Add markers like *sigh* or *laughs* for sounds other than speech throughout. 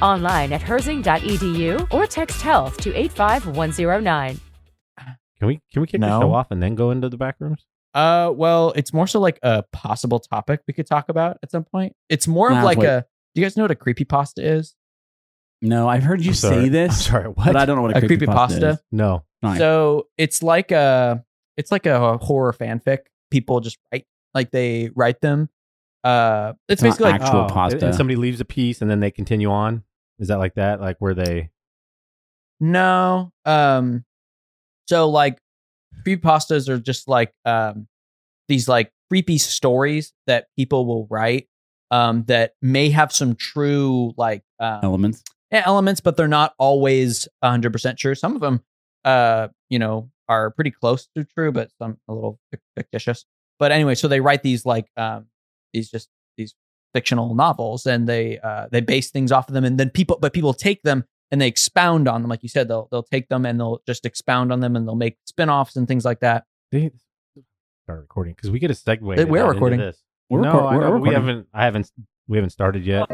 Online at herzing.edu or text health to 85109. Can we can we kick the No. show off and then go into the back rooms? Uh, well, it's more so like a possible topic we could talk about at some point. It's more Nah, of like wait. a. Do you guys know what a creepypasta is? No, I've heard you I'm sorry. *laughs* say I'm this, sorry, what? but I don't know what a, A creepy creepypasta? pasta. no. Fine. So it's like a it's like a horror fanfic. People just write like they write them. Uh, it's Not basically like Actual and- pasta. Oh, And somebody leaves a piece and then they continue on. Is that like that? Like where they no. Um, so like creepypastas are just like um these like creepy stories that people will write um that may have some true like um, elements. yeah, elements, but they're not always 100% true. Some of them, uh, you know, are pretty close to true, but some a little fic- fictitious. But anyway, so they write these like um, these just these fictional novels, and they uh, they base things off of them, and then people, but people take them and they expound on them. Like you said, they'll they'll take them and they'll just expound on them, and they'll make spin-offs and things like that. they start recording because we get a segue. Hey, to we're that into recording. This. We're, no, I record- we're know, we recording. haven't. I haven't. We haven't started yet.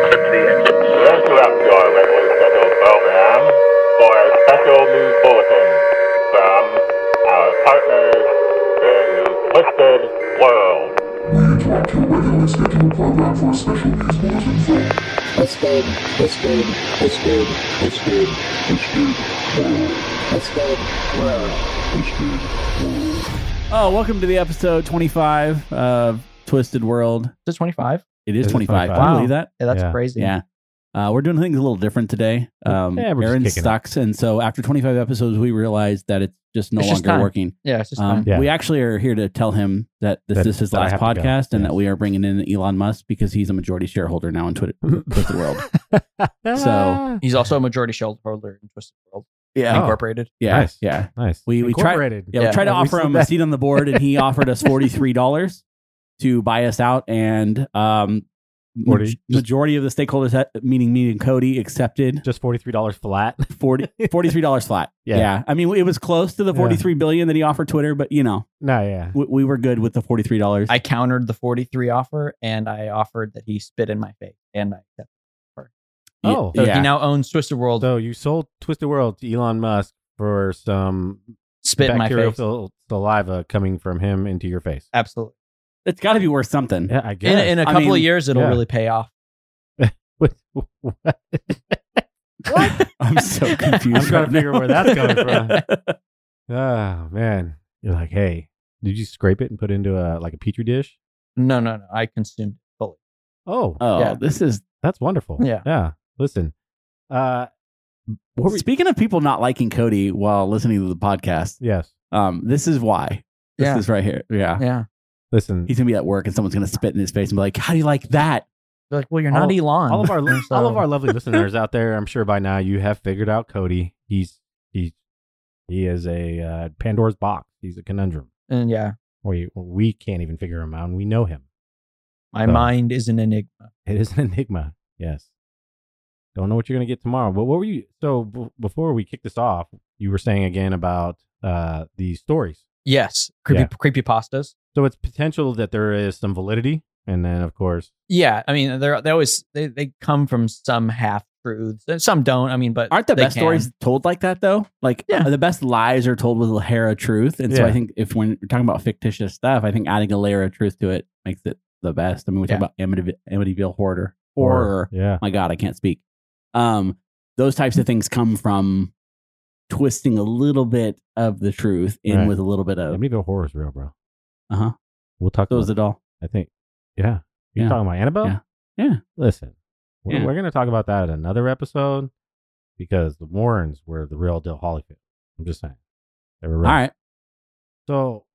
Welcome up to our regular scheduled program for a special news bulletin from our partners in the Twisted World. We interrupt your regularly scheduled program for a special news bulletin from Twisted, twisted, twisted, twisted, twisted, world. twisted, world. Twisted World. Oh, welcome to the episode 25 of Twisted World. Is it 25? It is It is 25. 25. Can you Wow. believe that? Yeah, that's Yeah. crazy. Yeah. Uh, we're doing things a little different today. Um, Yeah, we're just Aaron kicking it. sucks. And so after 25 episodes, we realized that it's just no It's just longer time. working. Yeah, it's just Um, fine. Yeah. We actually are here to tell him that this That- is his that I last have to go. podcast and Yes. that we are bringing in Elon Musk because he's a majority shareholder now in Twitter, *laughs* Twisted World. *laughs* So- He's also a majority shareholder in Twisted World Yeah. Oh. Incorporated. Yeah. Nice. Yeah. *laughs* nice. We- we tried- Incorporated. Yeah, we tried to Yeah, we offer said him a that. seat on the board, and he offered us forty three dollars to buy us out. And um, ma- 40, just- majority of the stakeholders, at- meaning me and Cody, accepted just forty three dollars flat. *laughs* 40 43 dollars flat. Yeah. I mean, it was close to the Yeah. forty three billion that he offered Twitter, but you know, no, yeah. we, we were good with the forty three dollars. I countered the 43 offer and I offered that he spit in my face and I accepted. Oh. So yeah. he now owns Twisted World. So you sold Twisted World to Elon Musk for some spit in my face. bacterial saliva coming from him into your face. Absolutely. it's got to be worth something. Yeah, I guess. In, in a I couple of mean, years, it'll yeah. really pay off. *laughs* What? I'm *laughs* so confused. I'm trying to right figure now. where that's coming from. oh man, you're like, hey, did you scrape it and put it into a like a petri dish? No, no, no. I consumed it fully. Oh, *laughs* Oh, Yeah. this is. that's wonderful. Yeah. yeah. Listen, uh, what were you- Speaking of people not liking Cody while listening to the podcast, yes, um, this is why. This Yeah. is right here. Yeah. Yeah. listen, He's gonna be at work and someone's gonna spit in his face and be like, "How do you like that?" They're like, well, you're not Elon. all of our So- all of our lovely listeners out there, I'm sure by now you have figured out Cody. He's he's he is a uh, Pandora's box. He's a conundrum. *laughs* And yeah, We we can't even figure him out, and we know him. my So- mind is an enigma. It is an *laughs* enigma. Yes. Don't know what you're going to get tomorrow. But what were you? So b- before we kick this off, you were saying again about uh, the stories. Yes. Creepy, Yeah. creepy pastas. So it's potential that there is some validity, and then of course, Yeah. I mean, they're, they always, they, they come from some half truths. Some don't. I mean, but Aren't the they best can. stories told like that though? Like uh, Yeah. the best lies are told with a hair of truth, and so Yeah. I think if when we're talking about fictitious stuff, I think adding a layer of truth to it makes it the best. I mean, we Yeah. talk about Amityville, Amityville Horror. Horror. yeah, My God, I can't speak. Um, those types of things come from twisting a little bit of the truth in Right. with a little bit I of believe the horror's real, bro. uh-huh We'll talk so about is the doll I think. Yeah. You're Yeah. talking about Annabelle? Yeah. Yeah. Listen, we're, Yeah. we're going to talk about that in another episode because the Warrens were the real deal Hollyfield. I'm just saying. They were real. all right So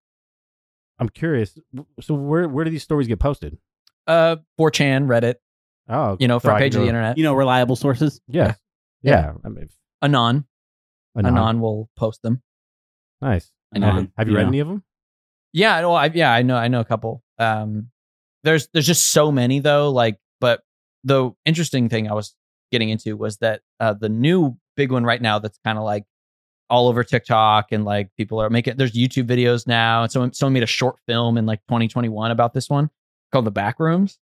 I'm curious. w- So where where do these stories get posted? Uh, 4chan, Reddit, Oh, you know, so I front can page of go- the internet. you know reliable sources Yes. Yeah. Yeah. I mean, Anon, anon. Anon will post them. Nice. Anon. Have, have you Yeah. read any of them? Yeah, well, I, yeah, I know, I know a couple. Um, there's there's just so many though. Like, but the interesting thing I was getting into was that uh, the new big one right now that's kind of like all over TikTok and like people are making. There's YouTube videos now, and someone someone made a short film in like 2021 about this one called The Back Rooms,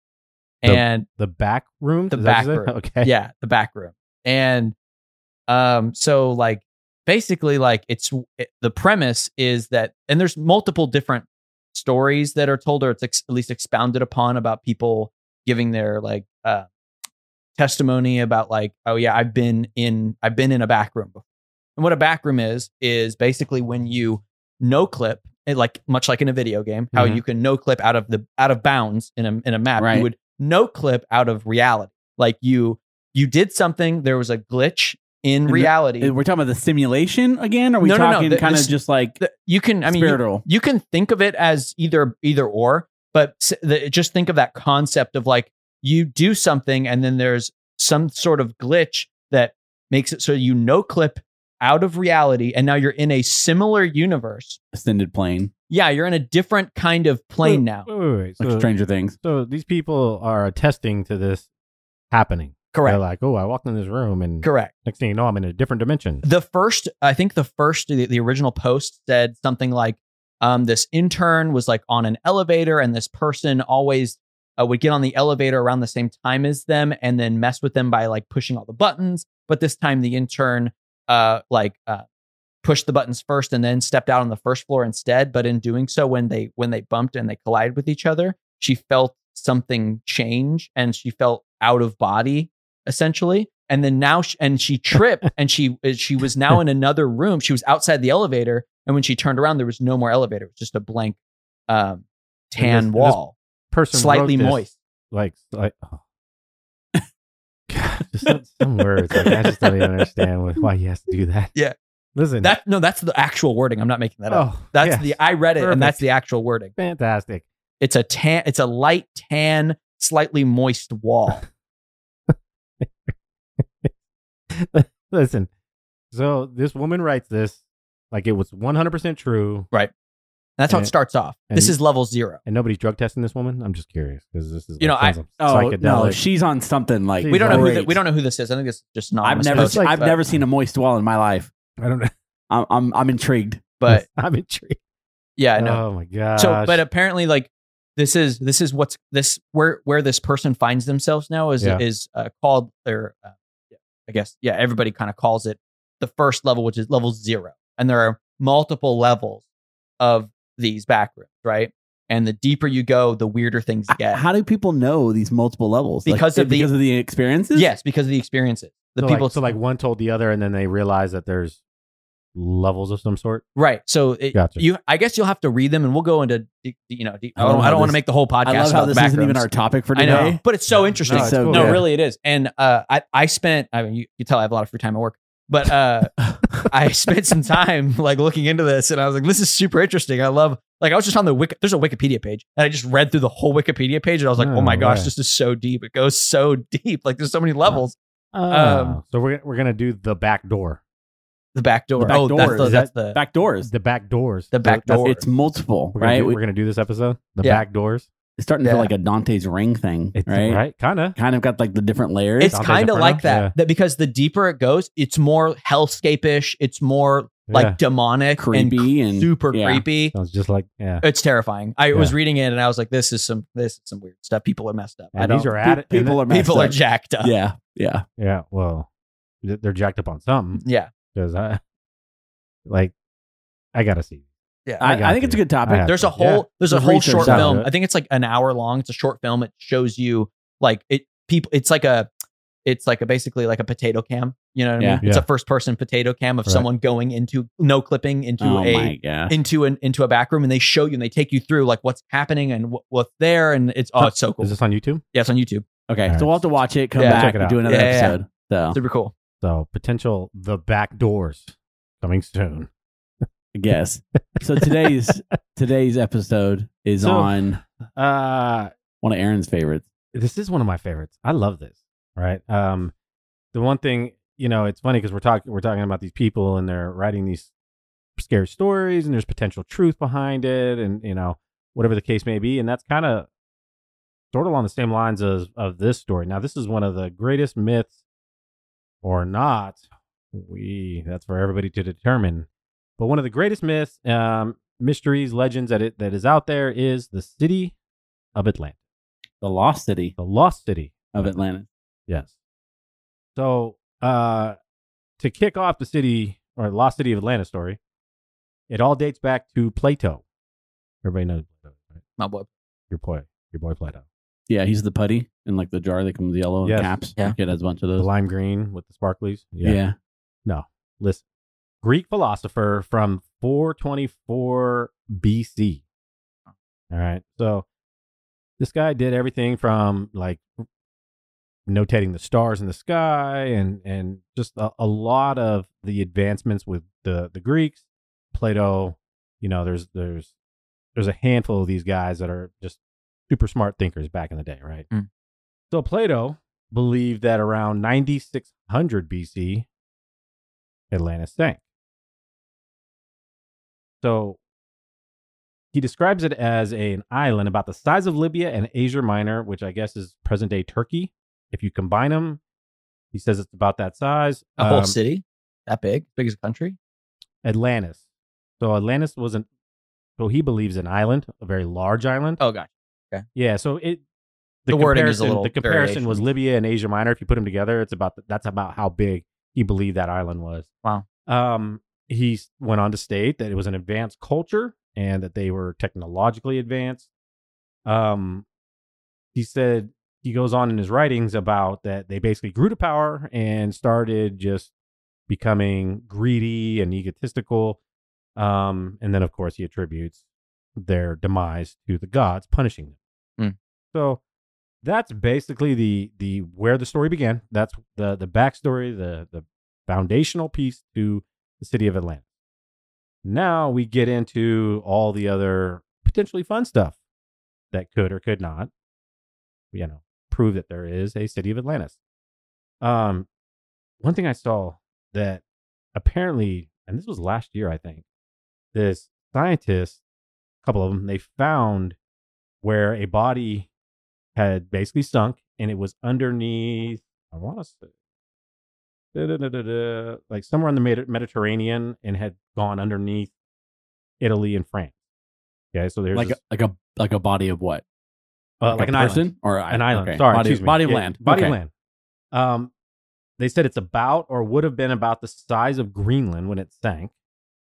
The- and The back room? The Is that what Back you said? Okay. yeah the back room and um so like basically like it's it, the premise is that and there's multiple different stories that are told or it's ex- at least expounded upon about people giving their like uh testimony about like oh yeah i've been in i've been in a back room before and what a back room is is basically when you no clip it like much like in a video game how Mhm. you can no clip out of the out of bounds in a in a map Right. you would no clip out of reality like you you did something there was a glitch in the- reality Uh, we're talking about the simulation again or are we No, no, no. talking The- kind of this- just like The- you can i mean you, spiritual you can think of it as either either or but s- the, just think of that concept of like you do something and then there's some sort of glitch that makes it so you no clip out of reality and now you're in a similar universe ascended plane yeah you're in a different kind of plane now Wait, wait, wait. like So, stranger things so these people are attesting to this happening. They're like, oh, I walked in this room and correct next thing you know, I'm in a different dimension. the first i think the first the, the original post said something like um, this intern was like on an elevator and this person always uh, would get on the elevator around the same time as them and then mess with them by like pushing all the buttons but this time the intern uh, like uh, pushed the buttons first and then stepped out on the first floor instead but in doing so when they when they bumped and they collided with each other she felt something change and she felt out of body essentially and then now she, and *laughs* she tripped and she she was now in another room she was outside the elevator and when she turned around there was no more elevator it was just a blank um, tan And this- and this wall Person wrote slightly this, moist Like, like *laughs* oh. God, just some, some words. Like, I just don't even understand what, why he has to do that. Yeah. Listen. that no that's the actual wording i'm not making that up oh, that's yes. the i read it and that's Perfect. the actual wording fantastic. it's a tan it's a light tan slightly moist wall Listen. So this woman writes this like it was 100% true, that's how And- it starts off this and- is level zero and nobody's drug testing this woman. I'm just curious because this is You know, like, I- sounds oh psychedelic. no she's on something like She's we don't know who great. the, we don't know who this is i think it's just not i've never It's like- i've never seen a moist wall in my life I don't know. *laughs* i'm i'm, I'm intrigued but I'm intrigued. yeah no Oh my gosh. so but uh, apparently like this is this is what's this where where this person finds themselves now is Yeah. is uh, called or uh, i guess yeah everybody kind of calls it the first level which is level zero and there are multiple levels of these back rooms right and the deeper you go the weirder things H- get how do people know these multiple levels Like, Because of the- because of the experiences yes because of the experiences the So, like- people so like one told the other, and then they realize that there's levels of some sort. right so it, Gotcha. you i guess you'll have to read them and we'll go into de- de- you know de- I i love don't, how I don't want this- to make the whole podcast I love about how the this back isn't even rooms. our topic for I today. know, but it's so interesting. No, it's So cool. No, Yeah. really, it is. And uh, I I spent. I mean, you, you tell I have a lot of free time at work, *laughs* but uh, I spent some time like looking into this, and I was like, this is super interesting. I love. Like I was just on the wiki. There's a Wikipedia page, and I just read through the whole Wikipedia page, and I was like, No oh my gosh, way. this is so deep. It goes so *laughs* deep. Like there's so many levels. Oh. so we're we're gonna do the back door, The back door. The back oh, door. that's the Is that's the back doors. the back doors, The back So that's- door. It's multiple, We're gonna, right? do, We- we're gonna do this episode. The Yeah. back doors. it's starting to feel Yeah. like a Dante's Ring thing, It's, right? right. Kind of. Kind of got like the different layers. it's Dante's kind of Inferno? like that. Yeah. That because the deeper it goes, it's more hellscape ish. It's more like Yeah. demonic Creepy and, and- super yeah. creepy. Sounds just like yeah. It's terrifying. I was Yeah. reading it and I was like, "This is some this is some weird stuff. People are messed up. I And these don't- are at it. people are messed people are up. jacked *laughs* up. yeah, yeah. Yeah. Well, th- they're jacked up on something yeah. because I *laughs* like I gotta see. Yeah. I, got I think it's a you. good topic. I have There's to. a whole Yeah. there's a There's whole research short out film. of it. I think it's like an hour long. It's a short film. It shows you like it people. It's like a it's like a basically like a potato cam. You know what I Yeah. mean? It's Yeah. a first person potato cam of Right. someone going into no clipping into oh a my god. into an into a back room and they show you and they take you through like what's happening and wh- what's there and it's oh it's so cool. Is this on YouTube? yeah, it's on YouTube. Okay, Alright. so we'll have to watch it, come Yeah. back, Check it and out. do another Yeah, yeah, yeah. episode. So Super cool. So potential the back doors coming soon. I guess. *laughs* So today's today's episode is So- on Uh one of Aaron's favorites. this is one of my favorites. I love this. Right. Um, the one thing you know, it's funny because we're talking we're talking about these people and they're writing these scary stories and there's potential truth behind it and you know whatever the case may be and that's kind of sort of along the same lines as of this story. Now this is one of the greatest myths or not we that's for everybody to determine. But one of the greatest myths, um, mysteries, legends that it that is out there is the city of Atlanta, The Lost City the lost city of Atlanta. Yes. So uh, to kick off the city or lost city of Atlanta story, it all dates back to Plato. Everybody knows Plato, right? My boy. Your boy, your boy Plato. Yeah, he's the putty in like the jar that comes yellow and Yes. caps. Yeah. Yeah, kid has a bunch of The those. lime green with the sparklies. Yeah. Listen, Greek philosopher from 424 BC. All right. So this guy did everything from like notating the stars in the sky and and just a, a lot of the advancements with the the Greeks. Plato, you know, there's there's there's a handful of these guys that are just super smart thinkers back in the day, right? Mm. So Plato believed that around 9600 BC, Atlanta sank. So he describes it as a- an island about the size of Libya and Asia Minor, which I guess is present day Turkey. If you combine them, he says it's about that size. A whole Um, city that big, big as a country. Atlantis. So Atlantis was an, so he believes an island, a very large island. Oh god. Yeah. So it, The wording is a comparison- little The comparison was variation. Libya and Asia Minor. If you put them together, it's about that's about how big he believed that island was. Wow. Um, he s- went on to state that it was an advanced culture and that they were technologically advanced. Um, he said he goes on in his writings about that they basically grew to power and started just becoming greedy and egotistical. Um, and then of course he attributes their demise to the gods punishing them. Mm. So that's basically the the where the story began. That's the the backstory, the the foundational piece to the city of Atlanta. Now we get into all the other potentially fun stuff that could or could not, you know, prove that there is a city of Atlantis. Um, one thing I saw that apparently, and this was last year, I think, this scientist, a couple of them, they found where a body had basically sunk and it was underneath, I want to say, da-da-da-da-da, like somewhere in the Medi- Mediterranean and had gone underneath Italy and France. Okay, so there's Like this- a, like a like a body of what? uh, like, an person island. or An island. okay. Sorry, body, excuse me. body of Yeah, land. Body Okay. of land. Um, they said it's about or would have been about the size of Greenland when it sank.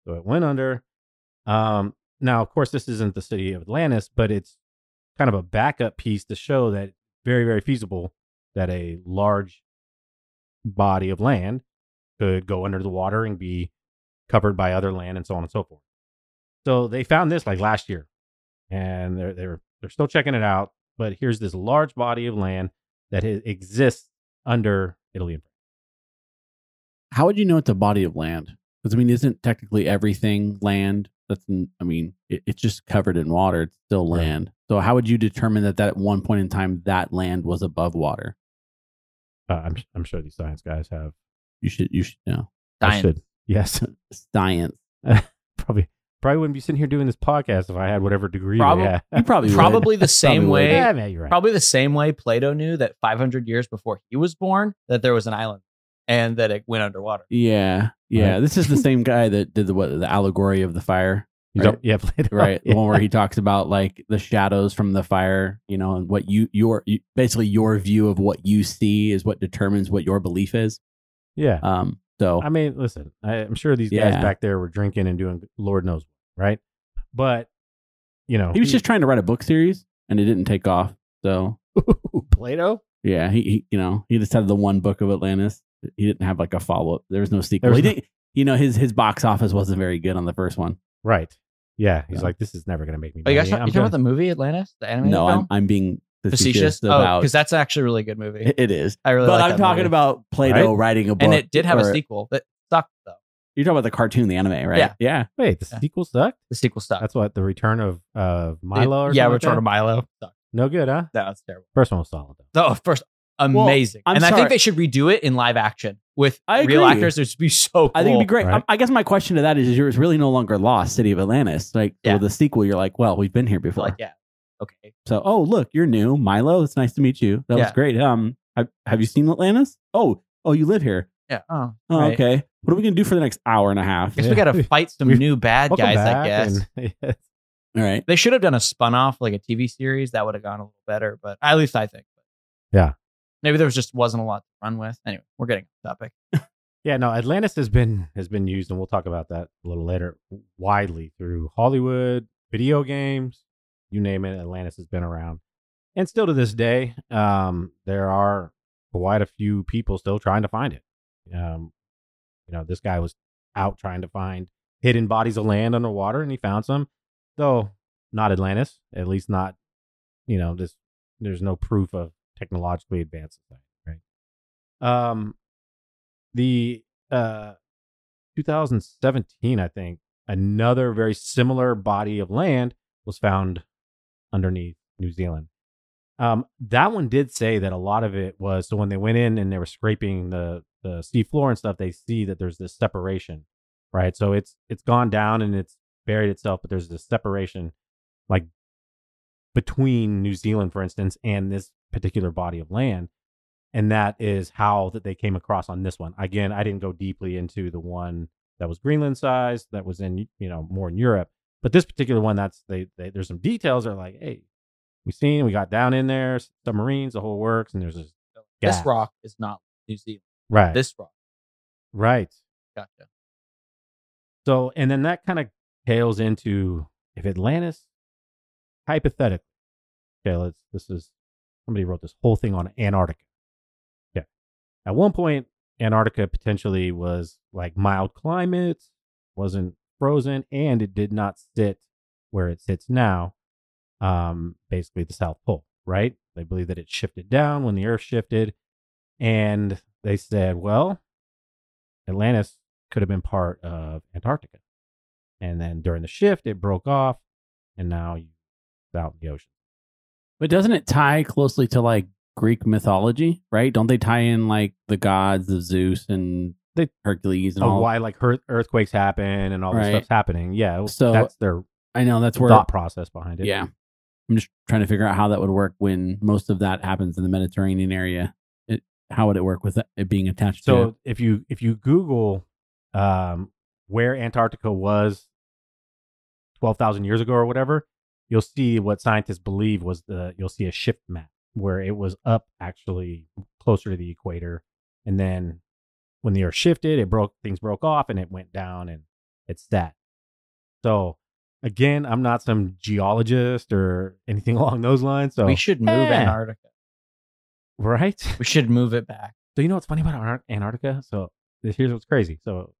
So it went under. Um, now, of course, this isn't the city of Atlantis, but it's kind of a backup piece to show that very, very feasible that a large body of land could go under the water and be covered by other land and so on and so forth. So they found this like last year, and they're they're they're still checking it out. But here's this large body of land that i- exists under Italy and France. How would you know it's a body of land? Because I mean, isn't technically everything land? That's n- I mean, it, it's just covered in water. It's still Right. land. So how would you determine that that at one point in time that land was above water? Uh, I'm I'm sure these science guys have. You should you should know I Science. should. Yes, *laughs* science. probably probably wouldn't be sitting here doing this podcast if I had whatever degree. *laughs* Probably- Yeah, You probably would. Probably the same would. way yeah, man, you're right. Probably the same way Plato knew that 500 years before he was born, that there was an island and that it went underwater. Yeah, yeah. Right. *laughs* This is the same guy that did the what the allegory of the fire, You right? don't- yeah, *laughs* Plato. right? Oh, Yeah. The one where he talks about like the shadows from the fire, you know, and what you your you, basically your view of what you see is what determines what your belief is. yeah. Um, so Oh. I mean, listen, I, I'm sure these guys Yeah. back there were drinking and doing Lord knows what, right? But you know, he was just trying to write a book series, and it didn't take off. So Plato. Yeah, he, he you know he just had the one book of Atlantis. He didn't have like a follow up. There was no sequel. There was he no- didn't, you know his his box office wasn't very good on the first one. Right. Yeah. He's Yeah. like, this is never going to make me. Are Oh, you guys money. talking, I'm you talking about done." the movie Atlantis, the animated no, film? I'm I'm being facetious. facetious, Oh, about because that's actually a really good movie. it is. I really. but like I'm that talking movie. about Plato writing a book, and it did have or- a sequel that sucked though. You're talking about the cartoon, the anime, right? Yeah. yeah. Wait, the Yeah. sequel sucked. The sequel sucked. That's what the return of uh, Milo. Or yeah, something like Return that? of Milo. Sucked. No good, huh? That was terrible. First one was solid though. No, first Well, amazing, I'm and I sorry. think they should redo it in live action with I real agree. actors. It would be so. Cool. I think it'd be great. Right. I, I guess my question to that is, is it's really no longer lost, City of Atlantis. Like Yeah. with the sequel, you're like, well, we've been here before. Like, yeah, okay. So, oh look, you're new, Milo. It's nice to meet you. That was Yeah. great. Um, have, have you seen Atlantis? Oh, oh, you live here. Yeah. Oh, Oh, right. okay. What are we gonna do for the next hour and a *laughs* half? I guess Yeah. we got to fight some We've- new bad Welcome guys. I back, guess and- *laughs* yeah. All right. they should have done a spun off like a TV series that would have gone a little better. But at least I think. Yeah. Maybe there was just wasn't a lot to run with. Anyway, we're getting off topic. Yeah, no, Atlantis has been has been used, and we'll talk about that a little later, widely through Hollywood, video games, you name it. Atlantis has been around, and still to this day, um, there are quite a few people still trying to find it. Um, you know, this guy was out trying to find hidden bodies of land underwater, and he found some, though not Atlantis, at least not. You know, this there's no proof of technologically advanced society, right? Um, the uh 2017 i think another very similar body of land was found underneath new zealand um that one did say that a lot of it was so when they went in and they were scraping the the sea floor and stuff they see that there's this separation right so it's it's gone down and it's buried itself but there's this separation like between new zealand for instance and this particular body of land and that is how that they came across on this one. Again, I didn't go deeply into the one that was Greenland sized, that was in you know more in Europe, but this particular one, that's they, they there's some details that are like, hey, we seen we got down in there submarines, the whole works, and there's this This gas. rock is not New Zealand. right, This rock. right. Gotcha. So, and then that kind of tails into if Atlantis, hypothetically, okay, let's, this is somebody wrote this whole thing on Antarctica. Yeah. At one point, Antarctica potentially was like mild climate, wasn't frozen, and it did not sit where it sits now, um, basically the South Pole, right? They believe that it shifted down when the Earth shifted. And they said, well, Atlantis could have been part of Antarctica. And then during the shift, it broke off, and now you it's out in the ocean. But doesn't it tie closely to like Greek mythology, right? Don't they tie in like the gods of Zeus and They- Hercules and Oh, Of all? Oh, why like her- earthquakes happen and all this Right. stuff's happening. Yeah, So so that's their I know that's where. thought process behind it. yeah, I'm just trying to figure out how that would work when most of that happens in the Mediterranean area. It, how would it work with it being attached So to? if you if you Google um, where Antarctica was twelve thousand years ago or whatever, you'll see what scientists believe was the you'll see a shift map where it was up actually closer to the equator, and then when the Earth shifted, it broke things broke off and it went down and it's that. So again, I'm not some geologist or anything *laughs* along those lines. So We should move Yeah. Antarctica. right. We should move it back. So you know what's funny about Anar- Antarctica? So this, here's what's crazy. So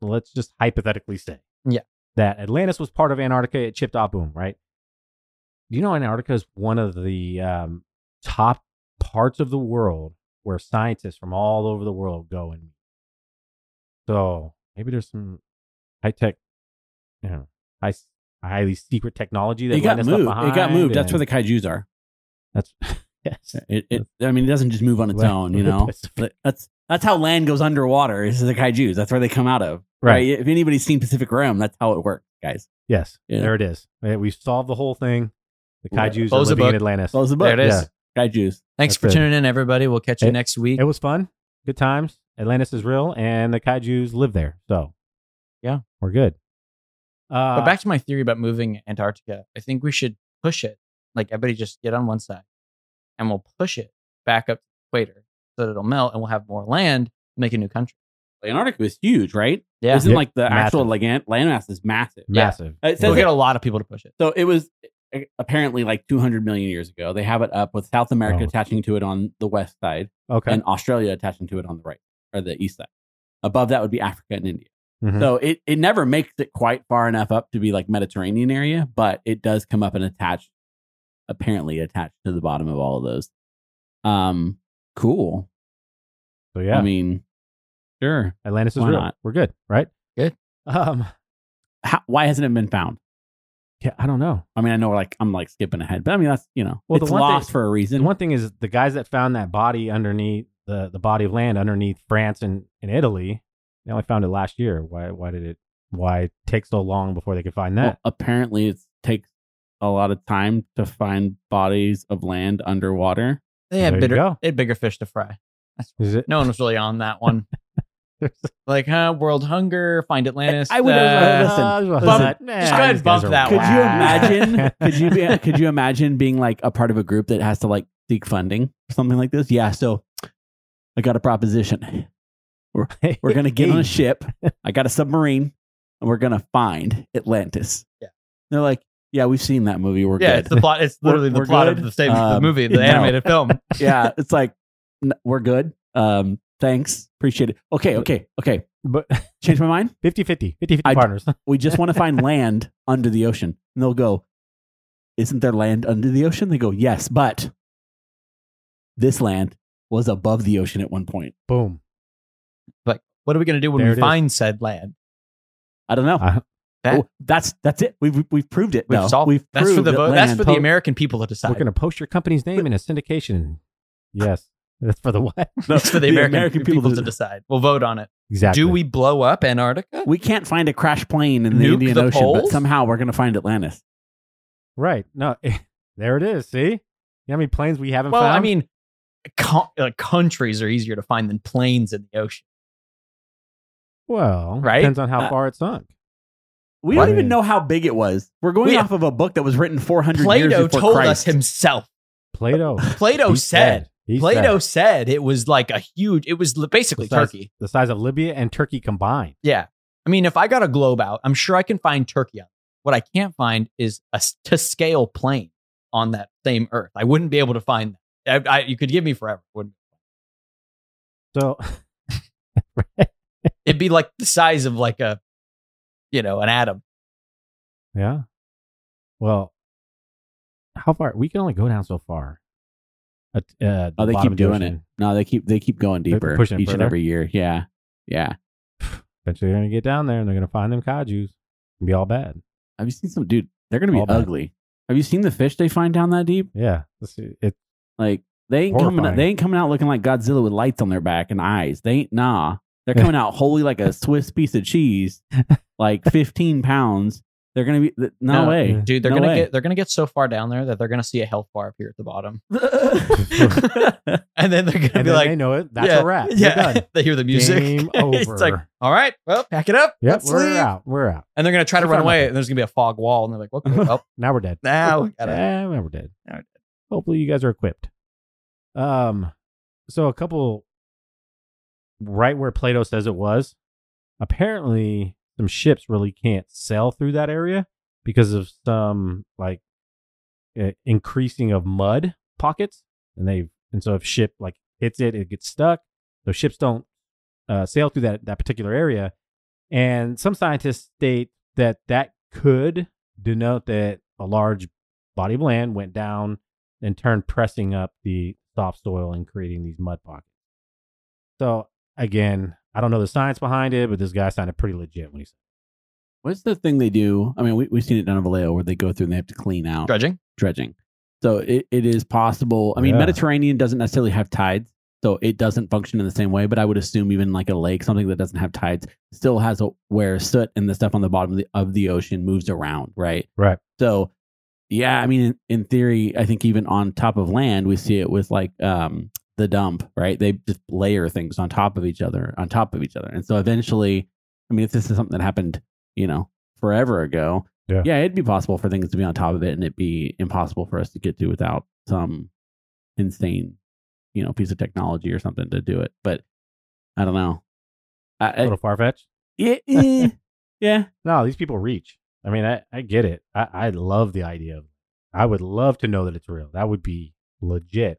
let's just hypothetically say, Yeah. that Atlantis was part of Antarctica. It chipped off, boom, right? Do you know Antarctica is one of the um, top parts of the world where scientists from all over the world go and meet. So maybe there's some high tech, you know, high, highly secret technology that It got Atlantis left moved. It got behind, moved. That's where and the kaiju's are. that's *laughs* yes. It, it, I mean, it doesn't just move on its Right. *laughs* own, you know. But That's that's how land goes underwater. Is the kaiju's. That's where they come out of. Right. If anybody's seen Pacific Rim, that's how it works, guys. Yes, Yeah. there it is. Yeah, We solved the whole thing. The Yeah. kaiju's are Close the living in book. Atlantis. Close the book. There it is. Kaiju's. That's Thanks for it. tuning in, everybody. We'll catch you It- next week. It was fun. Good times. Atlantis is real, and the kaiju's live there. So, Yeah. we're good. Uh, but back to my theory about moving Antarctica. I think we should push it. Like everybody just get on one side and we'll push it back up to the equator so that it'll melt and we'll have more land, make a new country. Antarctica is huge, right? Yeah. Isn't Yeah. like the Massive. actual like, an- landmass is massive. massive. It says We'll get a lot of people to push it. So it was a- apparently like 200 million years ago. They have it up with South America Oh. attaching to it on the west side Okay. and Australia attaching to it on the right or the east side. Above that would be Africa and India. Mhm. So it, it never makes it quite far enough up to be like Mediterranean area, but it does come up and attach, apparently attached to the bottom of all of those. Um, cool. so yeah, I mean, sure. Atlantis is why real. not? We're good, right? Good. Um, How, why hasn't it been found? yeah, I don't know. I mean, I know we're like I'm like skipping ahead, but I mean that's you know Well, the it's one lost thing- for a The reason. one thing is the guys that found that body underneath the, the body of land underneath France and, and Italy. They only found it last year. Why why did it why take so long before they could find Well, that? apparently, it takes a lot of time to find bodies of land underwater. They had There you bigger, go. they had bigger fish to fry. Is it No one was really on *laughs* that one. like, huh? World hunger, find Atlantis. I would- uh, listen, bump- nah, just go ahead and these guys bump are that Could you one. *laughs* imagine? could you be, could you imagine being like a part of a group that has to like seek funding or something like this? Yeah. So I got a proposition. We're gonna get on a ship. I got a submarine, and we're gonna find Atlantis. Yeah. They're like, yeah, we've seen that movie. We're yeah, good. *laughs* it's the plot. It's literally We're- the we're plot good? of the statement, the Um, movie, *laughs* the no. animated film. yeah, it's like n- we're good. Um, thanks, appreciate it. Okay, okay, okay. but Change my mind. 50 50 50 I- partners. We just want to find land under the ocean, and they'll go. Isn't there land under the ocean? They go, yes, but this land was above the ocean at one point. *laughs* Boom. What are we going to do when There we it is. find said land? I don't know. Uh, that- Oh, that's that's it. We've we've proved it. We've though. solved. We've that's for proved the that vote. That's land- for the American people to decide. We're going to post your company's name in a syndication. Yes. That's for the *laughs* what? It's for the, American, people, to decide. We'll vote on it. Exactly. Do we blow up Antarctica? We can't find a crash plane in the Nuke Indian the Ocean, but poles? somehow we're going to find Atlantis. Right. No, *laughs* there it is. See? You know how many planes we haven't Well, found? I mean, co- uh, countries are easier to find than planes in the ocean. well, right? depends on how Uh, far it sunk. We What? don't even know how big it was. We're going We- off of a book that was written 400 years Plato before told us Christ. himself. *laughs* Plato. Plato He said. He Plato said. said it was like a huge. It was li- basically Besides- Turkey. The size of Libya and Turkey combined. Yeah. I mean, if I got a globe out, I'm sure I can find Turkey on. it. What I can't find is a s- to scale plane on that same Earth. I wouldn't be able to find that. I, I, you could give me forever. Wouldn't So, it? It'd be like the size of like a, you know, an atom. yeah. Well, how far? We can only go down so far. At, uh, the Oh, they bottom keep of the doing ocean. it. No, they keep they keep going They're deeper each pushing it and further? every year. Yeah, yeah. Eventually, they're going to get down there and they're going to find them kaiju's and be all bad. Have you seen some dude? They're going to be All bad. ugly. Have you seen the fish they find down that deep? Yeah. Let's see. It, Like they ain't coming. Horrifying. They ain't coming out looking like Godzilla with lights on their back and eyes. They ain't nah. They're coming out wholly like a Swiss piece *laughs* of cheese, like 15 pounds. They're going to be th- no, No. way, Dude, they're No gonna way. get they're gonna get so far down there that they're gonna see a health bar appear at the bottom, *laughs* and then they're and gonna be then like, they know it. That's yeah, a wrap. You're *laughs* Yeah, done. they hear the music. Game *laughs* it's over. like, all right, well, pack it up. Yep, let's we're leave." out. We're out. And they're gonna try to We run found away, nothing. and there's gonna be a fog wall, and they're like, okay, well, Now *laughs* we're dead. now we gotta Yeah, we're dead. Now we're dead. Hopefully, you guys are equipped. Um, so a couple, right where Plato says it was, apparently some ships really can't sail through that area because of some like uh, increasing of mud pockets, and they and so if ship like hits it, it gets stuck. So ships don't uh, sail through that that particular area, and some scientists state that that could denote that a large body of land went down in turn pressing up the soft soil and creating these mud pockets. So again, I don't know the science behind it, but this guy sounded pretty legit when he said, What's the thing they do? I mean, we, we've seen it down in Vallejo where they go through and they have to clean out. dredging. dredging. So it, it is possible. I mean, Yeah. Mediterranean doesn't necessarily have tides, so it doesn't function in the same way. But I would assume even like a lake, something that doesn't have tides, still has a where soot and the stuff on the bottom of the, of the ocean moves around, right? Right. So yeah, I mean, in, in theory, I think even on top of land, we see it with like um, the dump, right? They just layer things on top of each other, on top of each other, and so eventually, I mean, if this is something that happened, you know, forever ago, Yeah. yeah, it'd be possible for things to be on top of it and it'd be impossible for us to get to without some insane, you know, piece of technology or something to do it. But I don't know. I, a I, little far fetched. *laughs* yeah, eh, yeah. No, these people reach. I mean, I, I get it. I, I love the idea of I would love to know that it's real. That would be legit.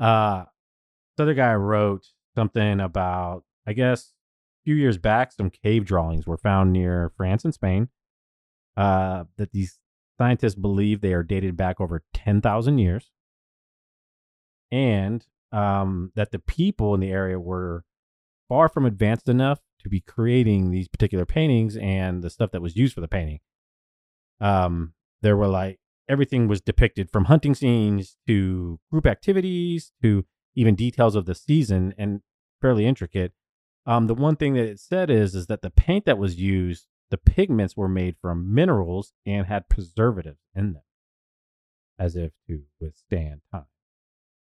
Uh, this other guy wrote something about, I guess, a few years back, some cave drawings were found near France and Spain uh, that these scientists believe they are dated back over 10,000 years. And um, that the people in the area were far from advanced enough to be creating these particular paintings and the stuff that was used for the painting. Um, there were like everything was depicted from hunting scenes to group activities to even details of the season and fairly intricate. Um, the one thing that it said is is that the paint that was used, the pigments were made from minerals and had preservatives in them, as if to withstand time.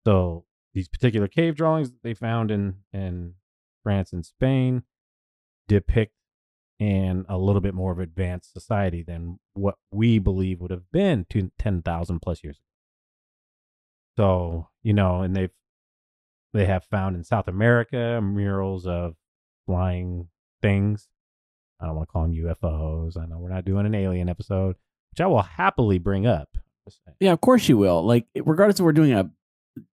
So these particular cave drawings that they found in in France and Spain depict and a little bit more of advanced society than what we believe would have been to 10,000 plus years ago. So, you know, and they've they have found in South America murals of flying things. I don't want to call them UFOs. I know we're not doing an alien episode, which I will happily bring up. *laughs* Yeah, of course you will. Like, regardless if we're doing a,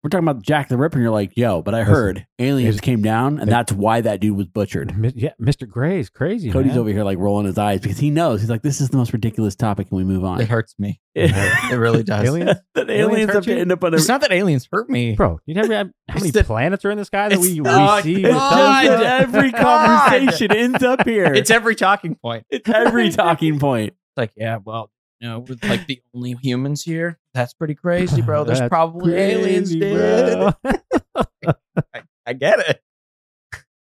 we're talking about Jack the Ripper, and you're like, yo, but I Listen, heard aliens it's- came down, it- and Mm-hmm. that's why that dude was butchered. Mi- Yeah, Mr. Gray's crazy. Cody's man. over here like rolling his eyes because he knows he's like, this is the most ridiculous topic, and we move on. *laughs* It hurts me. it *laughs* It really does. Aliens? *laughs* that Aliens aliens hurt have to you? end up on a. It's not that aliens hurt me. Bro, you never have how It's many the- planets are in the sky that it's we, we the- see? It's with just God. that telescopes? *laughs* Ah! every God. conversation ends up here. It's every talking point. It's every talking point. It's like, yeah, well, you know, we're like the only humans here. That's pretty crazy, bro. There's That's probably aliens, crazy, *laughs* dude. bro. I get it.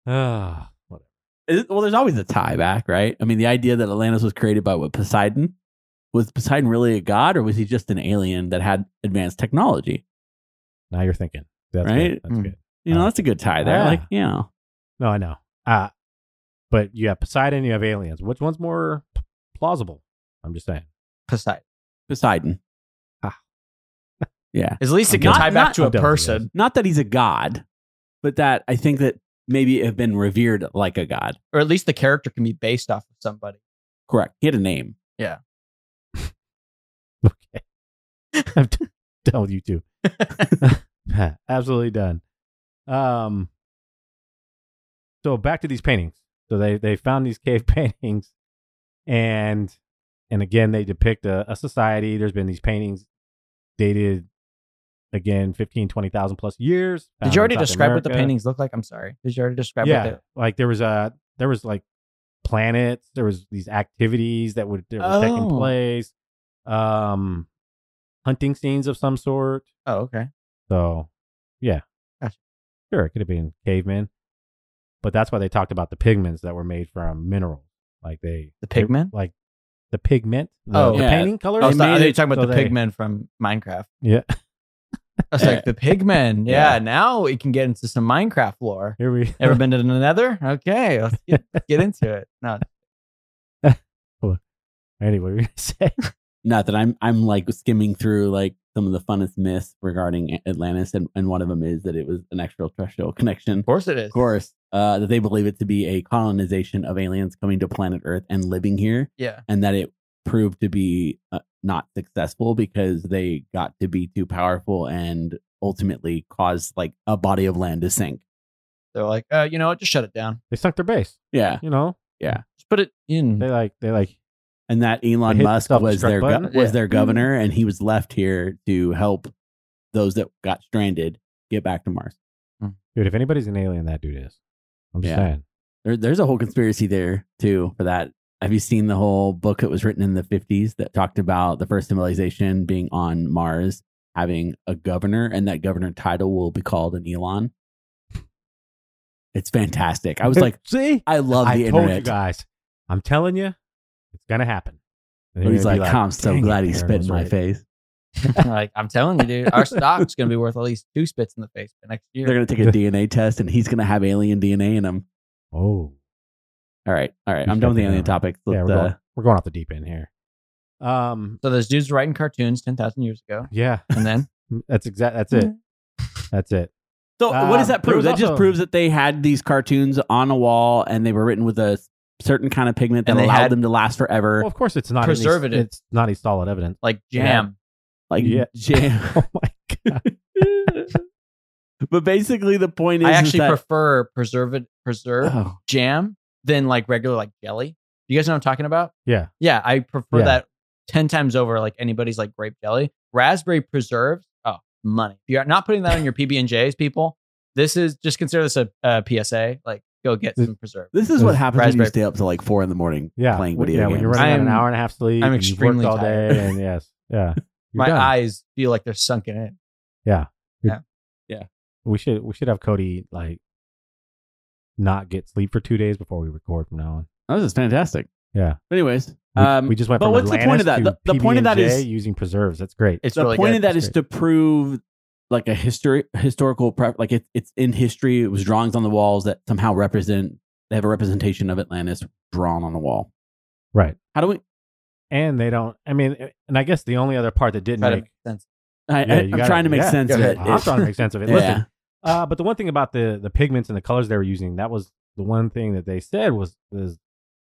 Ah, *sighs* whatever. Is it- well, there's always a tie back, right? I mean, the idea that Atlantis was created by what Poseidon was Poseidon really a god, or was he just an alien that had advanced technology? now you're thinking. That's Right? good. That's Mm. good. You know, Uh, that's a good tie there. yeah. Like, you know, No, I know. Uh, but you have Poseidon, you have aliens. Which one's more p- plausible? I'm just saying. *laughs* Poseidon. Poseidon. Ah. *laughs* yeah, At least it I'm can done. tie back Not- to I'm a done with you guys. person. not that he's a god, but that I think that maybe have been revered like a god. Or at least the character can be based off of somebody. *laughs* Correct. He had a name. Okay. I'm *laughs* d- done with you two. Uh, *laughs* Absolutely done. Um. So back to these paintings. So they they found these cave *laughs* paintings, and and again they depict a, a society. There's been these paintings dated again 15 20,000 plus years. Did found in you already South describe what the America. paintings look like? I'm sorry. Did you already describe yeah, what like there was a there was like planets. There was these activities that would that were taking Oh. place, um, hunting scenes of some sort. they Oh, okay. So, yeah, Gotcha. sure, it could have been cavemen, but that's why they talked about the pigments that were made from minerals, like they The they- pigmen? like the pigment, the, Oh, the yeah. painting color. Oh, I thought made you were it talking about so the they- pigmen from Minecraft. Yeah, I was *laughs* like, the pigmen. Yeah, now we can get into some Minecraft lore. here we Ever been to the nether? Okay, let's get, get into it. *laughs* No, *laughs* anyway. We *laughs* say Not that I'm I'm like skimming through like some of the funnest myths regarding A- Atlantis, and, and one of them is that it was an extraterrestrial *laughs* connection. of course it is. Of course, uh, that they believe it to be a colonization of aliens coming to planet Earth and living here, Yeah. and that it proved to be uh, not successful because they got to be too powerful and ultimately caused like a body of land to sink. They're like, uh, you know what? Just shut it down. they sunk their base, Yeah, you know. Just put it in. *laughs* Hmm. They like they like and that hit Elon the Musk self-destruct was their go- button? Mm-hmm. was Yeah. their governor, and he was left here to help those that got stranded get back to Mars. dude. If anybody's an alien, that dude is. I'm just Yeah. saying. There, there's a whole conspiracy there too for that. Have you seen the whole book that was written in the 50s that talked about the first civilization being on Mars having a governor, and that governor title will be called an Elon? It's fantastic. I was like, *laughs* see, I love the I told you internet. guys. I'm telling you, it's gonna happen. And But you're he's gonna like, be I'm so "Dang it, glad he Aaron spit in was my right." face. like I'm telling you, dude, our stock's gonna be worth at least two spits in the face by next year. They're going *laughs* to take a DNA test, and he's going to have alien DNA in him. Oh, All right, all right. You I'm done shut with the that alien down. topic. yeah, Let's, we're going, uh, we're going off the deep end here. Um, so those dudes writing cartoons ten thousand years ago, yeah, and then that's exact. That's it. That's it. so, Uh, what does that there prove? was That also- just proves that they had these cartoons on a wall, and they were written with a certain kind of pigment that And they allowed had- them to last forever, Well, of course, it's not any- Preservative. it's not any solid evidence. like jam. like yeah. jam. *laughs* *laughs* Oh my god. but basically, the point is, I is actually that- prefer preserved preserved Oh, jam than like regular like jelly. You guys know what I'm talking about? *laughs* Yeah. Yeah, I prefer Yeah. that ten times over like anybody's like grape jelly. Raspberry preserves, oh money. If you're not putting that *laughs* on your PB and J's, people, this is just consider this a, a PSA. Like go get some preserve. this is what happens when you raspberry- stay up to like four in the morning Yeah. playing when- video yeah, games. when you're running on an I'm- hour and a half sleep, I'm and you've extremely worked all tired. day, and yes, *laughs* yeah. You're My done. uh, eyes feel like they're sunken in. We should we should have Cody like not get sleep for two days before we record from now on. Oh, this is fantastic. Yeah. Anyways, We, um, we just went but from what's the point of Atlantis that? to The- the point of that PB&J is- using preserves. That's great. It's the really point good. of that It's is to prove like a history historical prep like it, it's in history it was drawings on the walls that somehow represent they have a representation of atlantis drawn on the wall Right. how do we And they don't. I mean, and I guess the only other part that didn't Try to make. make sense. I, Yeah, I, you am gotta- trying to make yeah. sense of Yeah. it I'm trying to make sense of it. Listen, yeah Uh, but the one thing about the the pigments and the colors they were using, that was the one thing that they said was, was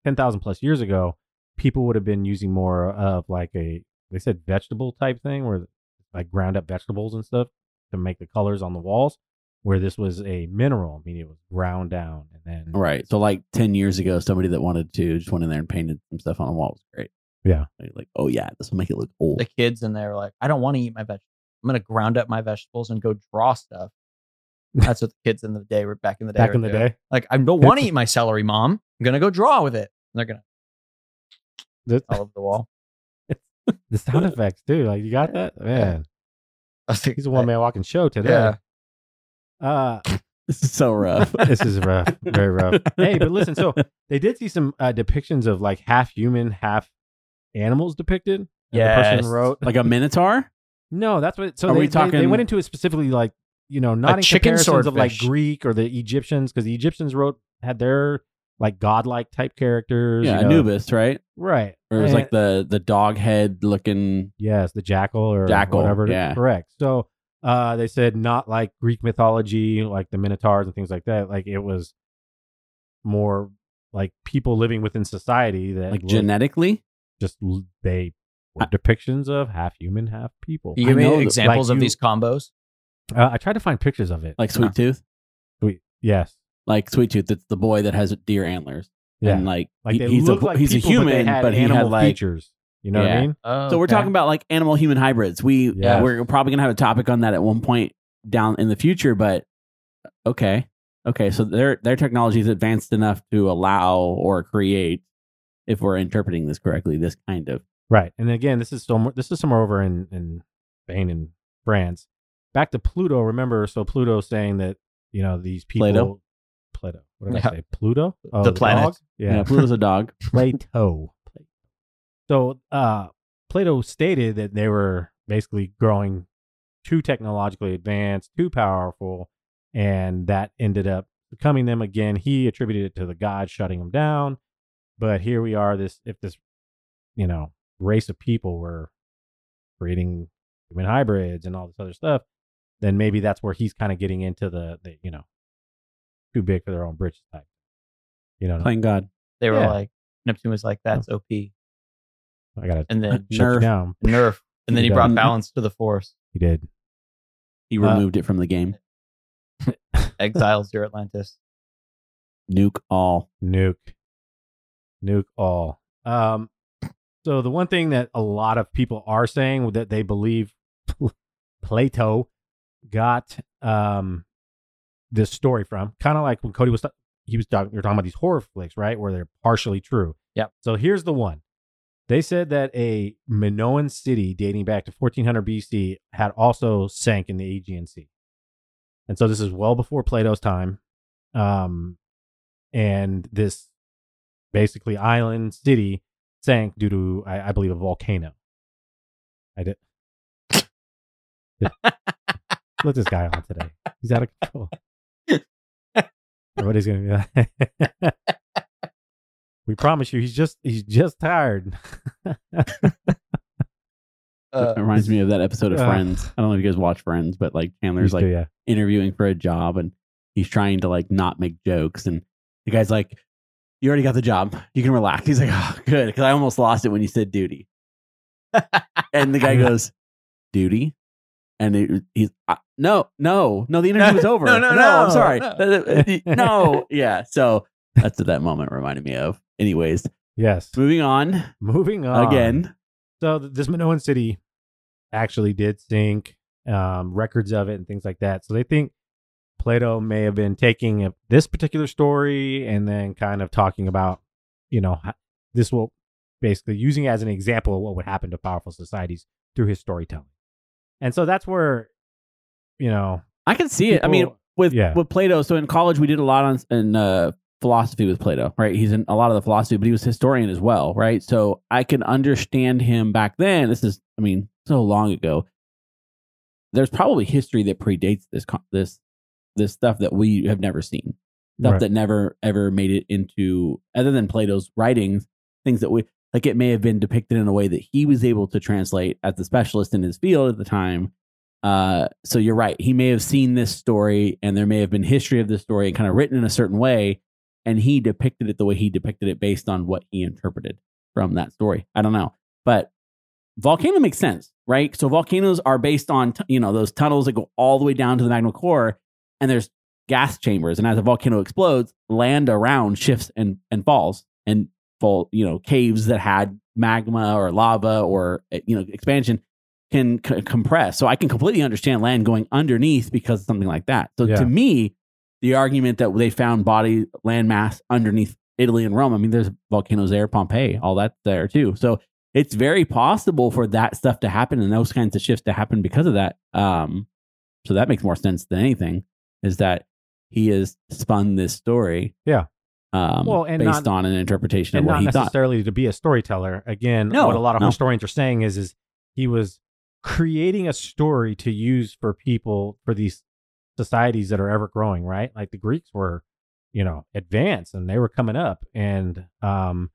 ten thousand plus years ago, people would have been using more of like a they said vegetable type thing, where like ground up vegetables and stuff to make the colors on the walls. Where this was a mineral, meaning it was ground down and then right so like 10 years ago somebody that wanted to just went in there and painted some stuff on the wall It was great Yeah. like, like, oh yeah this will make it look old The kids in there are like, I don't want to eat my vegetables. I'm gonna ground up my vegetables and go draw stuff. That's what the kids in the day were back in the day. back were in the doing. day. Like I *laughs* don't want to eat my celery, mom. I'm gonna go draw with it. And they're gonna The, all over the wall. *laughs* *laughs* the sound effects too, like you got that man. I was like, He's a one man walking show today. Yeah. Uh, *laughs* this is so rough *laughs* this is rough, very *laughs* rough. Hey, but listen, so they did see some uh, depictions of like half human, half animals depicted. And The Yes. person wrote, like a minotaur no, that's what. So Are they, we they- they talking- went into it specifically, like you know, not in chicken comparisons of like swordfish. Greek or the Egyptians, because the Egyptians wrote had their like godlike type characters. yeah you know. anubis right right? or it was And- like the the dog head looking Yes, the jackal or Jackal, whatever. yeah. Correct. So uh, they said not like Greek mythology, like the minotaurs and things like that. Like it was more like people living within society that like looked- genetically just l- they were I- depictions of half human, half people. You I give know me that- examples like of you- these combos? Uh, I tried to find pictures of it. like sweet Huh. tooth Sweet. Yes. like Sweet Tooth. That's the boy that has deer antlers. Yeah. And like, like he- they he's look a like he's a people, but they human, had but, he had animal like. features. You know what I Yeah. mean? Oh, So we're talking about like animal human hybrids. We Yes. we're probably gonna have a topic on that at one point down in the future. But uh, okay, okay. So their their technology is advanced enough to allow or create, if we're interpreting this correctly, this kind of Right. And again, this is still more, this is somewhere over in in Spain and France. Back to Pluto. Remember, so Pluto saying that you know these people. Plato. Plato. What did Yeah. I say? Pluto. Oh, The planet. dog? yeah. Yeah. Pluto's a dog. Plato. So uh, Plato stated that they were basically growing too technologically advanced, too powerful, and that ended up becoming them again. He attributed it to the gods shutting them down. But here we are. This if this you know race of people were creating human hybrids and all this other stuff, then maybe that's where he's kind of getting into the, the you know too big for their own britches type. You know, what *laughs* I mean? Plain God. they were yeah. like Neptune was like, That's OP. And I gotta *laughs* then shut you Nerf. down. Nerf. And then he Yeah. brought balance to the force. He did. He Uh, removed it from the game. Exiles your *laughs* Atlantis. Nuke all. Nuke. Nuke all. Um, so the one thing that a lot of people are saying that they believe Plato got um this story from, kind of like when Cody was ta- he was talking, you're talking about these horror flicks, right, where they're partially true. Yep. So here's the one. They said that a Minoan city dating back to 1400 BC had also sank in the Aegean Sea, and so this is well before Plato's time. Um, and this basically island city sank due to I, I believe a volcano. I did. *laughs* Let this guy on today. He's out of control. Everybody's gonna be like, *laughs* "We promise you, he's just he's just tired." Uh, *laughs* it reminds me of that episode of Uh. Friends. I don't know if you guys watch Friends, but like Chandler's Used like to, yeah. interviewing for a job and he's trying to like not make jokes and the guy's like you already got the job you can relax he's like oh good because i almost lost it when you said duty and the *laughs* guy goes duty and it, he's uh, no no no the interview *laughs* was over no, no, i'm no, *laughs* sorry no. no. yeah so that's what that moment reminded me of anyways Yes. moving on Moving Um, on again So th- this Minoan city actually did sink um, records of it and things like that. So they think Plato may have been taking a, this particular story and then kind of talking about, you know, ho- this will basically using it as an example of what would happen to powerful societies through his storytelling. And so that's where, you know, I can see it. I mean, People- with yeah. with Plato. So in college, we did a lot on in uh, philosophy with Plato, right? He's in a lot of the philosophy, but he was a historian as well, right? So I can understand him back then. This is, I mean, so long ago. There's probably history that predates this con- this this stuff that we have never seen, stuff Right. that never ever made it into other than Plato's writings, things that we like. It may have been depicted in a way that he was able to translate as the specialist in his field at the time. Uh, so you're right. He may have seen this story, and there may have been history of this story, and kind of written in a certain way, and he depicted it the way he depicted it based on what he interpreted from that story. I don't know, but volcano makes sense, right? So volcanoes are based on t- you know those tunnels that go all the way down to the magma core, and there's gas chambers, and as a volcano explodes, land around shifts and and falls, and fall you know caves that had magma or lava or uh, you know expansion can c- compress. So I can completely understand land going underneath because of something like that. So Yeah. to me, the argument that they found body land mass underneath Italy and Rome, I mean, there's volcanoes there, Pompeii, all that there too. So it's very possible for that stuff to happen and those kinds of shifts to happen because of that. Um, so that makes more sense than anything is that he has spun this story. Yeah. Um, Well, and based not- on an interpretation of and what not he thought. necessarily to be a storyteller. Again, No, what a lot of no. historians are saying is, is he was creating a story to use for people for these societies that are ever growing, right? Like the Greeks were, you know, advanced and they were coming up, and um,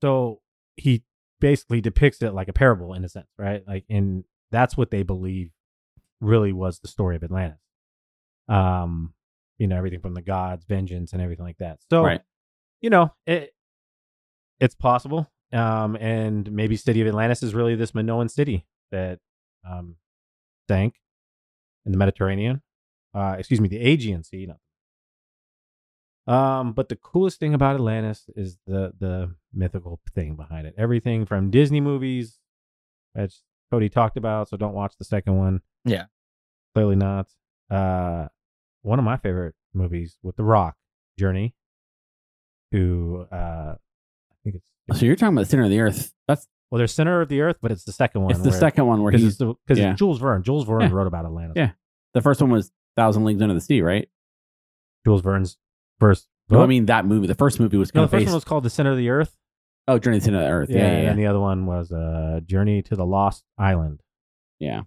so he basically depicts it like a parable in a sense, right? Like, and that's what they believe really was the story of Atlantis. Um, you know, everything from the gods, vengeance, and everything like that. So, Right. you know, it it's possible. Um, and maybe City of Atlantis is really this Minoan city that um sank in the Mediterranean. Uh, excuse me, the Aegean Sea. No. Um, but the coolest thing about Atlantis is the the mythical thing behind it. Everything from Disney movies, which Cody talked about, so don't watch the second one. Yeah. clearly not. Uh, one of my favorite movies with The Rock, Journey to uh, I think it's So you're talking about center of the earth. That's well, there's Center of the Earth, but it's the second one. it's the where- second one where because it's he's the- 'cause it's yeah. Jules Verne. Jules Verne Yeah. wrote about Atlantis. Yeah. the first one was Thousand Leagues Under the Sea, right? Jules Verne's first. No, book. I mean that movie. The first movie was no, the kind of first based. one was called The Center of the Earth. oh, Journey to the Center of the Earth. Yeah, yeah, yeah. and the other one was uh, Journey to the Lost Island. Yeah.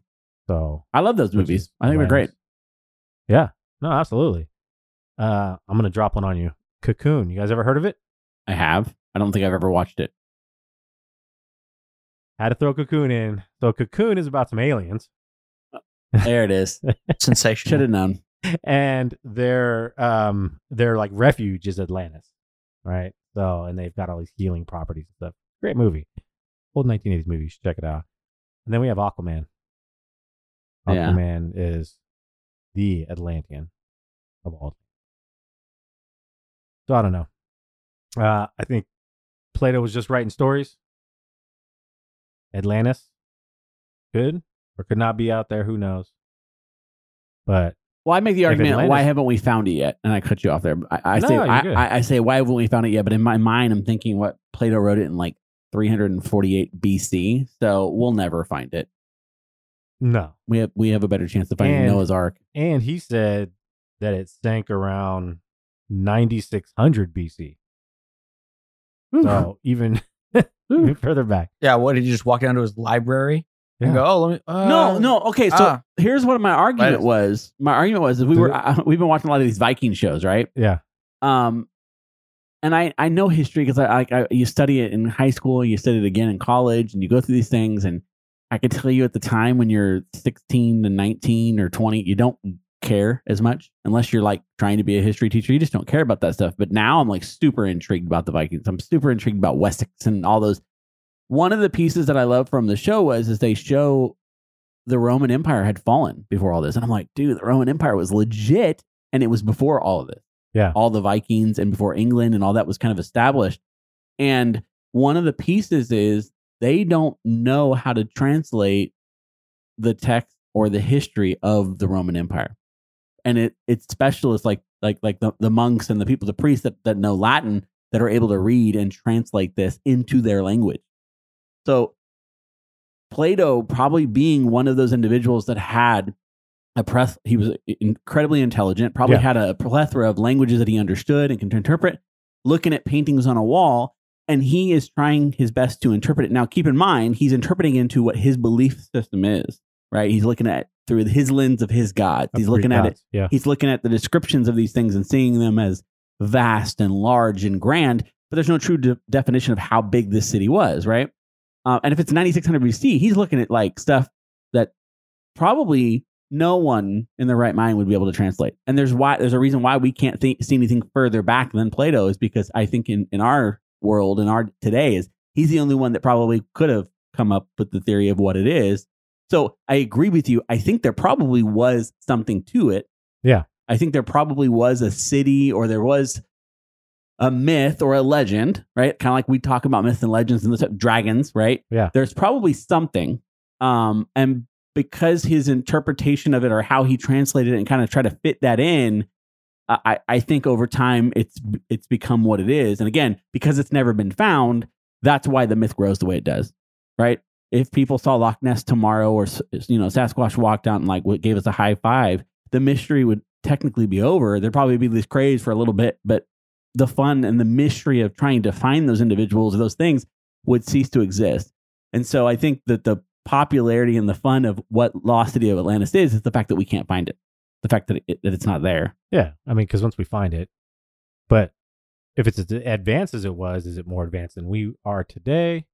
So I love those which movies. is I think they're great. hilarious. Yeah. No, absolutely. Uh, I'm gonna drop one on you. Cocoon. You guys ever heard of it? I have. I don't think I've ever *laughs* watched it. Had to throw Cocoon in. So Cocoon is about some aliens, There *laughs* it is. Should sensational. have known. and their um their like refuge is Atlantis, right? So and they've got all these healing properties and stuff. Great movie, old 1980s movie. You should check it out. And then we have Aquaman. Yeah. Aquaman is the Atlantean of all. So I don't know. Uh, I think Plato was just writing stories. Atlantis could or could not be out there. Who knows? But Well, I make the If argument. Atlantis- Why haven't we found it yet? And I cut you off there. I, I No, say. you're I, good. I, I say. Why haven't we found it yet? But in my mind, I'm thinking what Plato wrote it in like 348 BC. So we'll never find it. no. We have we have a better chance of finding And- Noah's Ark. And he said that it sank around 9600 BC. Mm. So even, even further back. *laughs* Yeah, what did you just walk down to his library? and Yeah. go, oh, let me. Uh, no, no. Okay, so ah. here's what my argument Right. was. My argument was is we Did were it- uh, we've been watching a lot of these Viking shows, right? Yeah. Um, and I I know history because I, I I you study it in high school, you study it again in college, and you go through these things. And I could tell you at the time when you're 16 to 19 or 20, you don't care as much unless you're like trying to be a history teacher. You just don't care about that stuff. But now I'm like super intrigued about the Vikings. I'm super intrigued about Wessex and all those. One of the pieces that I love from the show was is they show the Roman Empire had fallen before all this. And I'm like, dude, the Roman Empire was legit. And it was before all of this. Yeah. All the Vikings and before England and all that was kind of established. And one of the pieces is they don't know how to translate the text or the history of the Roman Empire. And it it's specialists like like like the, the monks and the people, the priests that, that know Latin that are able to read and translate this into their language. So Plato probably being one of those individuals that had a press, he was incredibly intelligent, probably Yeah. had a plethora of languages that he understood and could interpret, looking at paintings on a wall, and he is trying his best to interpret it. Now, keep in mind, he's interpreting into what his belief system is, right? He's looking at through his lens of his gods. He's looking at it Yeah. he's looking at the descriptions of these things and seeing them as vast and large and grand but there's no true de- definition of how big this city was right uh, and if it's 9600 bc he's looking at like stuff that probably no one in their right mind would be able to translate and there's why there's a reason why we can't think, see anything further back than plato is because i think in, in our world in our today is he's the only one that probably could have come up with the theory of what it is so i agree with you i think there probably was something to it I think there probably was a city or there was a myth or a legend, right? Kind of like we talk about myths and legends and this dragons, right? Yeah. There's probably something. Um, and because his interpretation of it or how he translated it and kind of try to fit that in, I, I- I think over time it's it's become what it is. And again, because it's never been found, that's why the myth grows the way it does, right? If people saw Loch Ness tomorrow or s- you know Sasquatch walked out and like what gave us a high five, the mystery would technically be over. There'd probably be this craze for a little bit, but the fun and the mystery of trying to find those individuals or those things would cease to exist. And so I think that the popularity and the fun of what Lost City of Atlantis is is the fact that we can't find it, the fact that, it, that it's not there. Yeah, I mean, because once we find it, but if it's as advanced as it was, is it more advanced than we are today?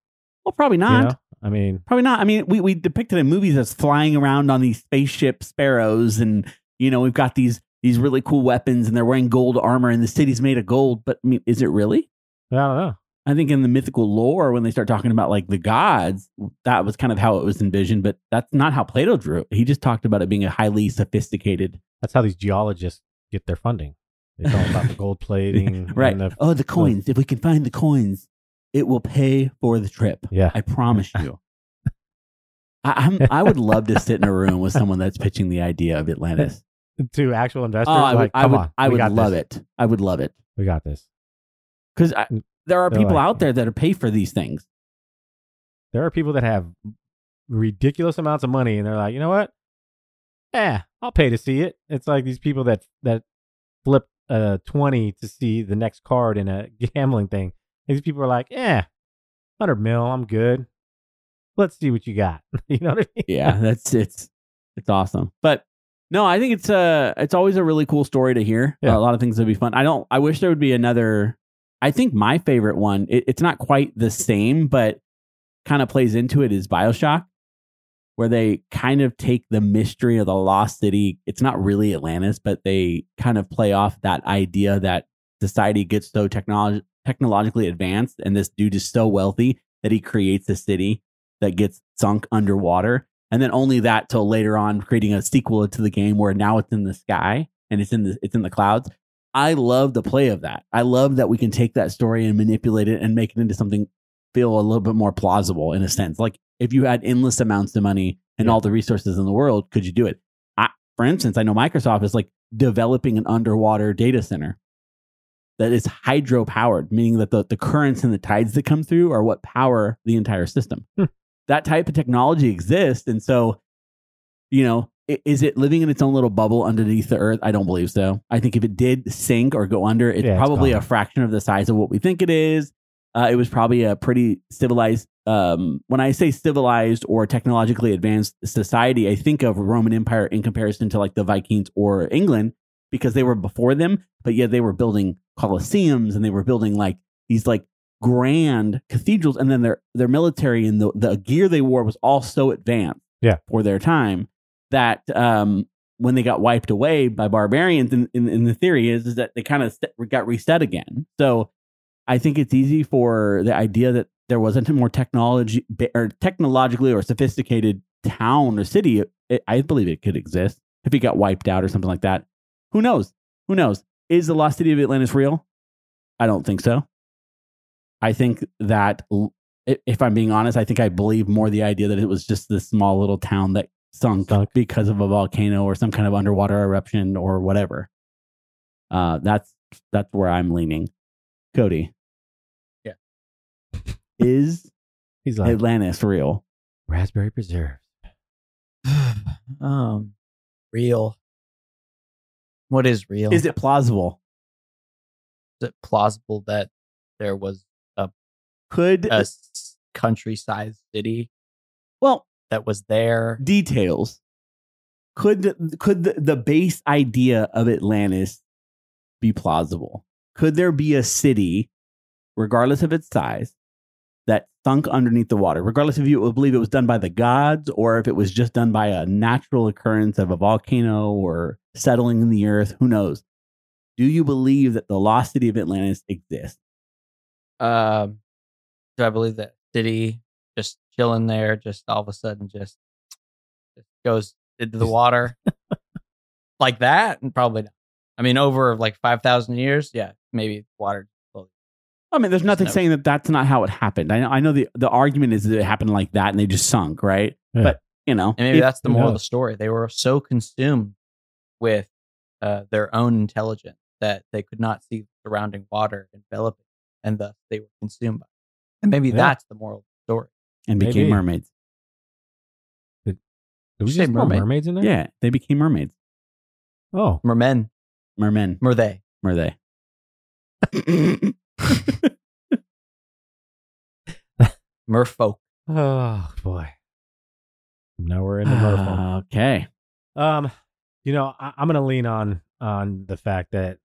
Well, probably You not. know? I mean, Probably not. I mean, we we depicted in movies as flying around on these spaceship sparrows, and you know we've got these these really cool weapons, and they're wearing gold armor, and the city's made of gold. But I mean, is it really? I don't know. I think in the mythical lore, when they start talking about like the gods, that was kind of how it was envisioned. But that's not how Plato drew it. He just talked about it being a highly sophisticated, That's how these geologists get their funding. It's all about the *laughs* gold plating, right? And the, oh, the coins. if we can find the coins, it will pay for the trip. yeah, *laughs* I promise you. I, I'm, I would love to sit in a room with someone that's pitching the idea *laughs* of Atlantis. to actual investors. Oh, I would, like, I come would, on, I we would got love this. it. I would love it We got this. because there are They're people like- "Mm." out there that are paid for these things. There are people that have ridiculous amounts of money, and they're like, you know what? Eh, I'll pay to see it. It's like these people that that flip a twenty to see the next card in a *laughs* gambling thing. These people are like, eh, hundred mil, I'm good. Let's see what you got. *laughs* you know what I mean? yeah, *laughs* that's it's it's awesome. But no, I think it's uh it's always a really cool story to hear. Yeah. A lot of things would be fun. I don't I wish there would be another I think my favorite one, it, it's not quite the same, but kind of plays into it is Bioshock, where they kind of take the mystery of the lost city. It's not really Atlantis, but they kind of play off that idea that society gets so technolog- technologically advanced and this dude is so wealthy that he creates a city that gets sunk underwater. And then only that till later on creating a sequel to the game where now it's in the sky and it's in the it's in the clouds. I love the play of that. I love that we can take that story and manipulate it and make it into something feel a little bit more plausible in a sense. Like if you had endless amounts of money and all the resources in the world, could you do it? I, for instance, I know Microsoft is like developing an underwater data center that is hydro powered, meaning that the, the currents and the tides that come through are what power the entire system. Hmm. That type of technology exists. And so, you know, i- is it living in its own little bubble underneath the earth? I don't believe so. I think if it did sink or go under, it's Yeah, it's probably gone. a fraction of the size of what we think it is. Uh, it was probably a pretty civilized um, when I say civilized or technologically advanced society, I think of Roman Empire in comparison to like the Vikings or England because they were before them, but yet they were building coliseums and they were building like these like grand cathedrals, and then their their military and the the gear they wore was all so advanced, Yeah. for their time that um, when they got wiped away by barbarians, in, in, in the theory is is that they kind of st- got reset again. So I think it's easy for the idea that there wasn't a more technology or technologically or sophisticated town or city. It, I believe it could exist if it got wiped out or something like that. Who knows? Who knows? Is the lost city of Atlantis real? I don't think so. I think that l- i- if I'm being honest, I think I believe more the idea that it was just this small little town that sunk, Sunk. because of a volcano or some kind of underwater eruption or whatever. Uh, that's that's where I'm leaning. Cody. Yeah. Is *laughs* He's like Atlantis real? raspberry preserve. um, real. What is real? Is it plausible? Is it plausible that there was Could a s- country-sized city well that was there? details. Could could the, the base idea of Atlantis be plausible? Could there be a city, regardless of its size, that sunk underneath the water? Regardless if you would believe it was done by the gods or if it was just done by a natural occurrence of a volcano or settling in the earth, who knows? Do you believe that the lost city of Atlantis exists? Um, do I believe that city just chilling there, just all of a sudden just, just goes into the water like that? And probably not. I mean, over like five thousand years, yeah, maybe water. I mean, there's nothing No. saying that that's not how it happened. I know, I know the, the argument is that it happened like that and they just sunk, right? Yeah. But, you know, And maybe if- that's the who moral of the knows? story. They were so consumed with uh, their own intelligence that they could not see surrounding water enveloping, and thus they were consumed by. It. And maybe Yeah. that's the moral of the story. and became Maybe. mermaids. Did we Say just throw mermaid. mermaids in there? Yeah, they became mermaids. Oh, Mermen, Mermen, mer they. were they? I merfolk. oh boy. Now we're in the merfolk. Ah, okay. Um, you know, I, I'm gonna lean on on the fact that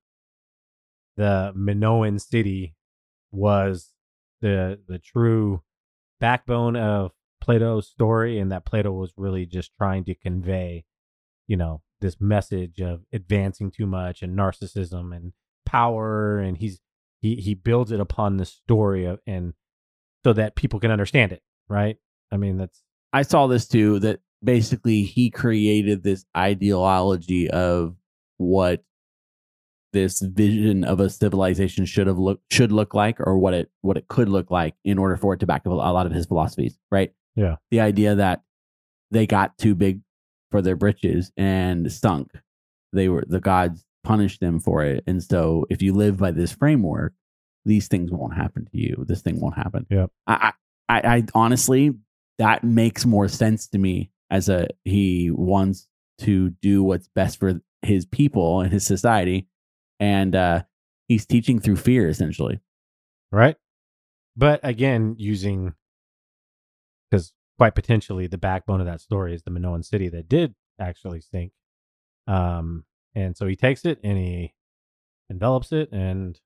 the Minoan city was the the true backbone of Plato's story, and that Plato was really just trying to convey, you know, this message of advancing too much and narcissism and power, and he's he he builds it upon the story of and so that people can understand it, right? I mean, that's I saw this too that basically he created this ideology of what this vision of a civilization should have look should look like or what it what it could look like in order for it to back up a lot of his philosophies, right? Yeah. The idea that they got too big for their britches and stunk. They were the gods punished them for it. And so if you live by this framework, these things won't happen to you. This thing won't happen. Yep. I I, I I honestly that makes more sense to me as a he wants to do what's best for his people and his society and uh he's teaching through fear essentially right? But again, using because quite potentially the backbone of that story is the Minoan city that did actually sink. Um, and so he takes it and he envelops it, and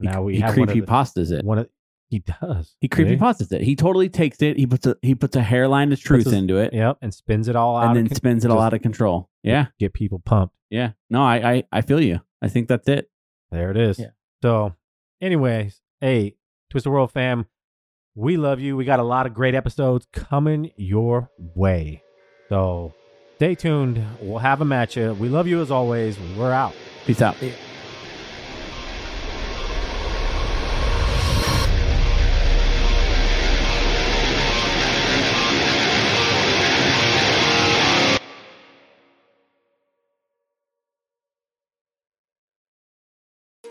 He- now we he have one of creepy the- pastas it One of he does he see? creepy pastas it he totally takes it he puts a he puts a hairline of truth his- into it Yep, and spins it all out, and of then con- spins it all just- out of control yeah get people pumped. yeah no I, I i feel you i think that's it There it is. Yeah. So, anyways, hey, Twisted World fam, we love you. We got a lot of great episodes coming your way. So, stay tuned. We'll have them at you. We love you as always. We're out. peace out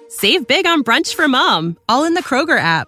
Save big on brunch for mom, all in the Kroger app.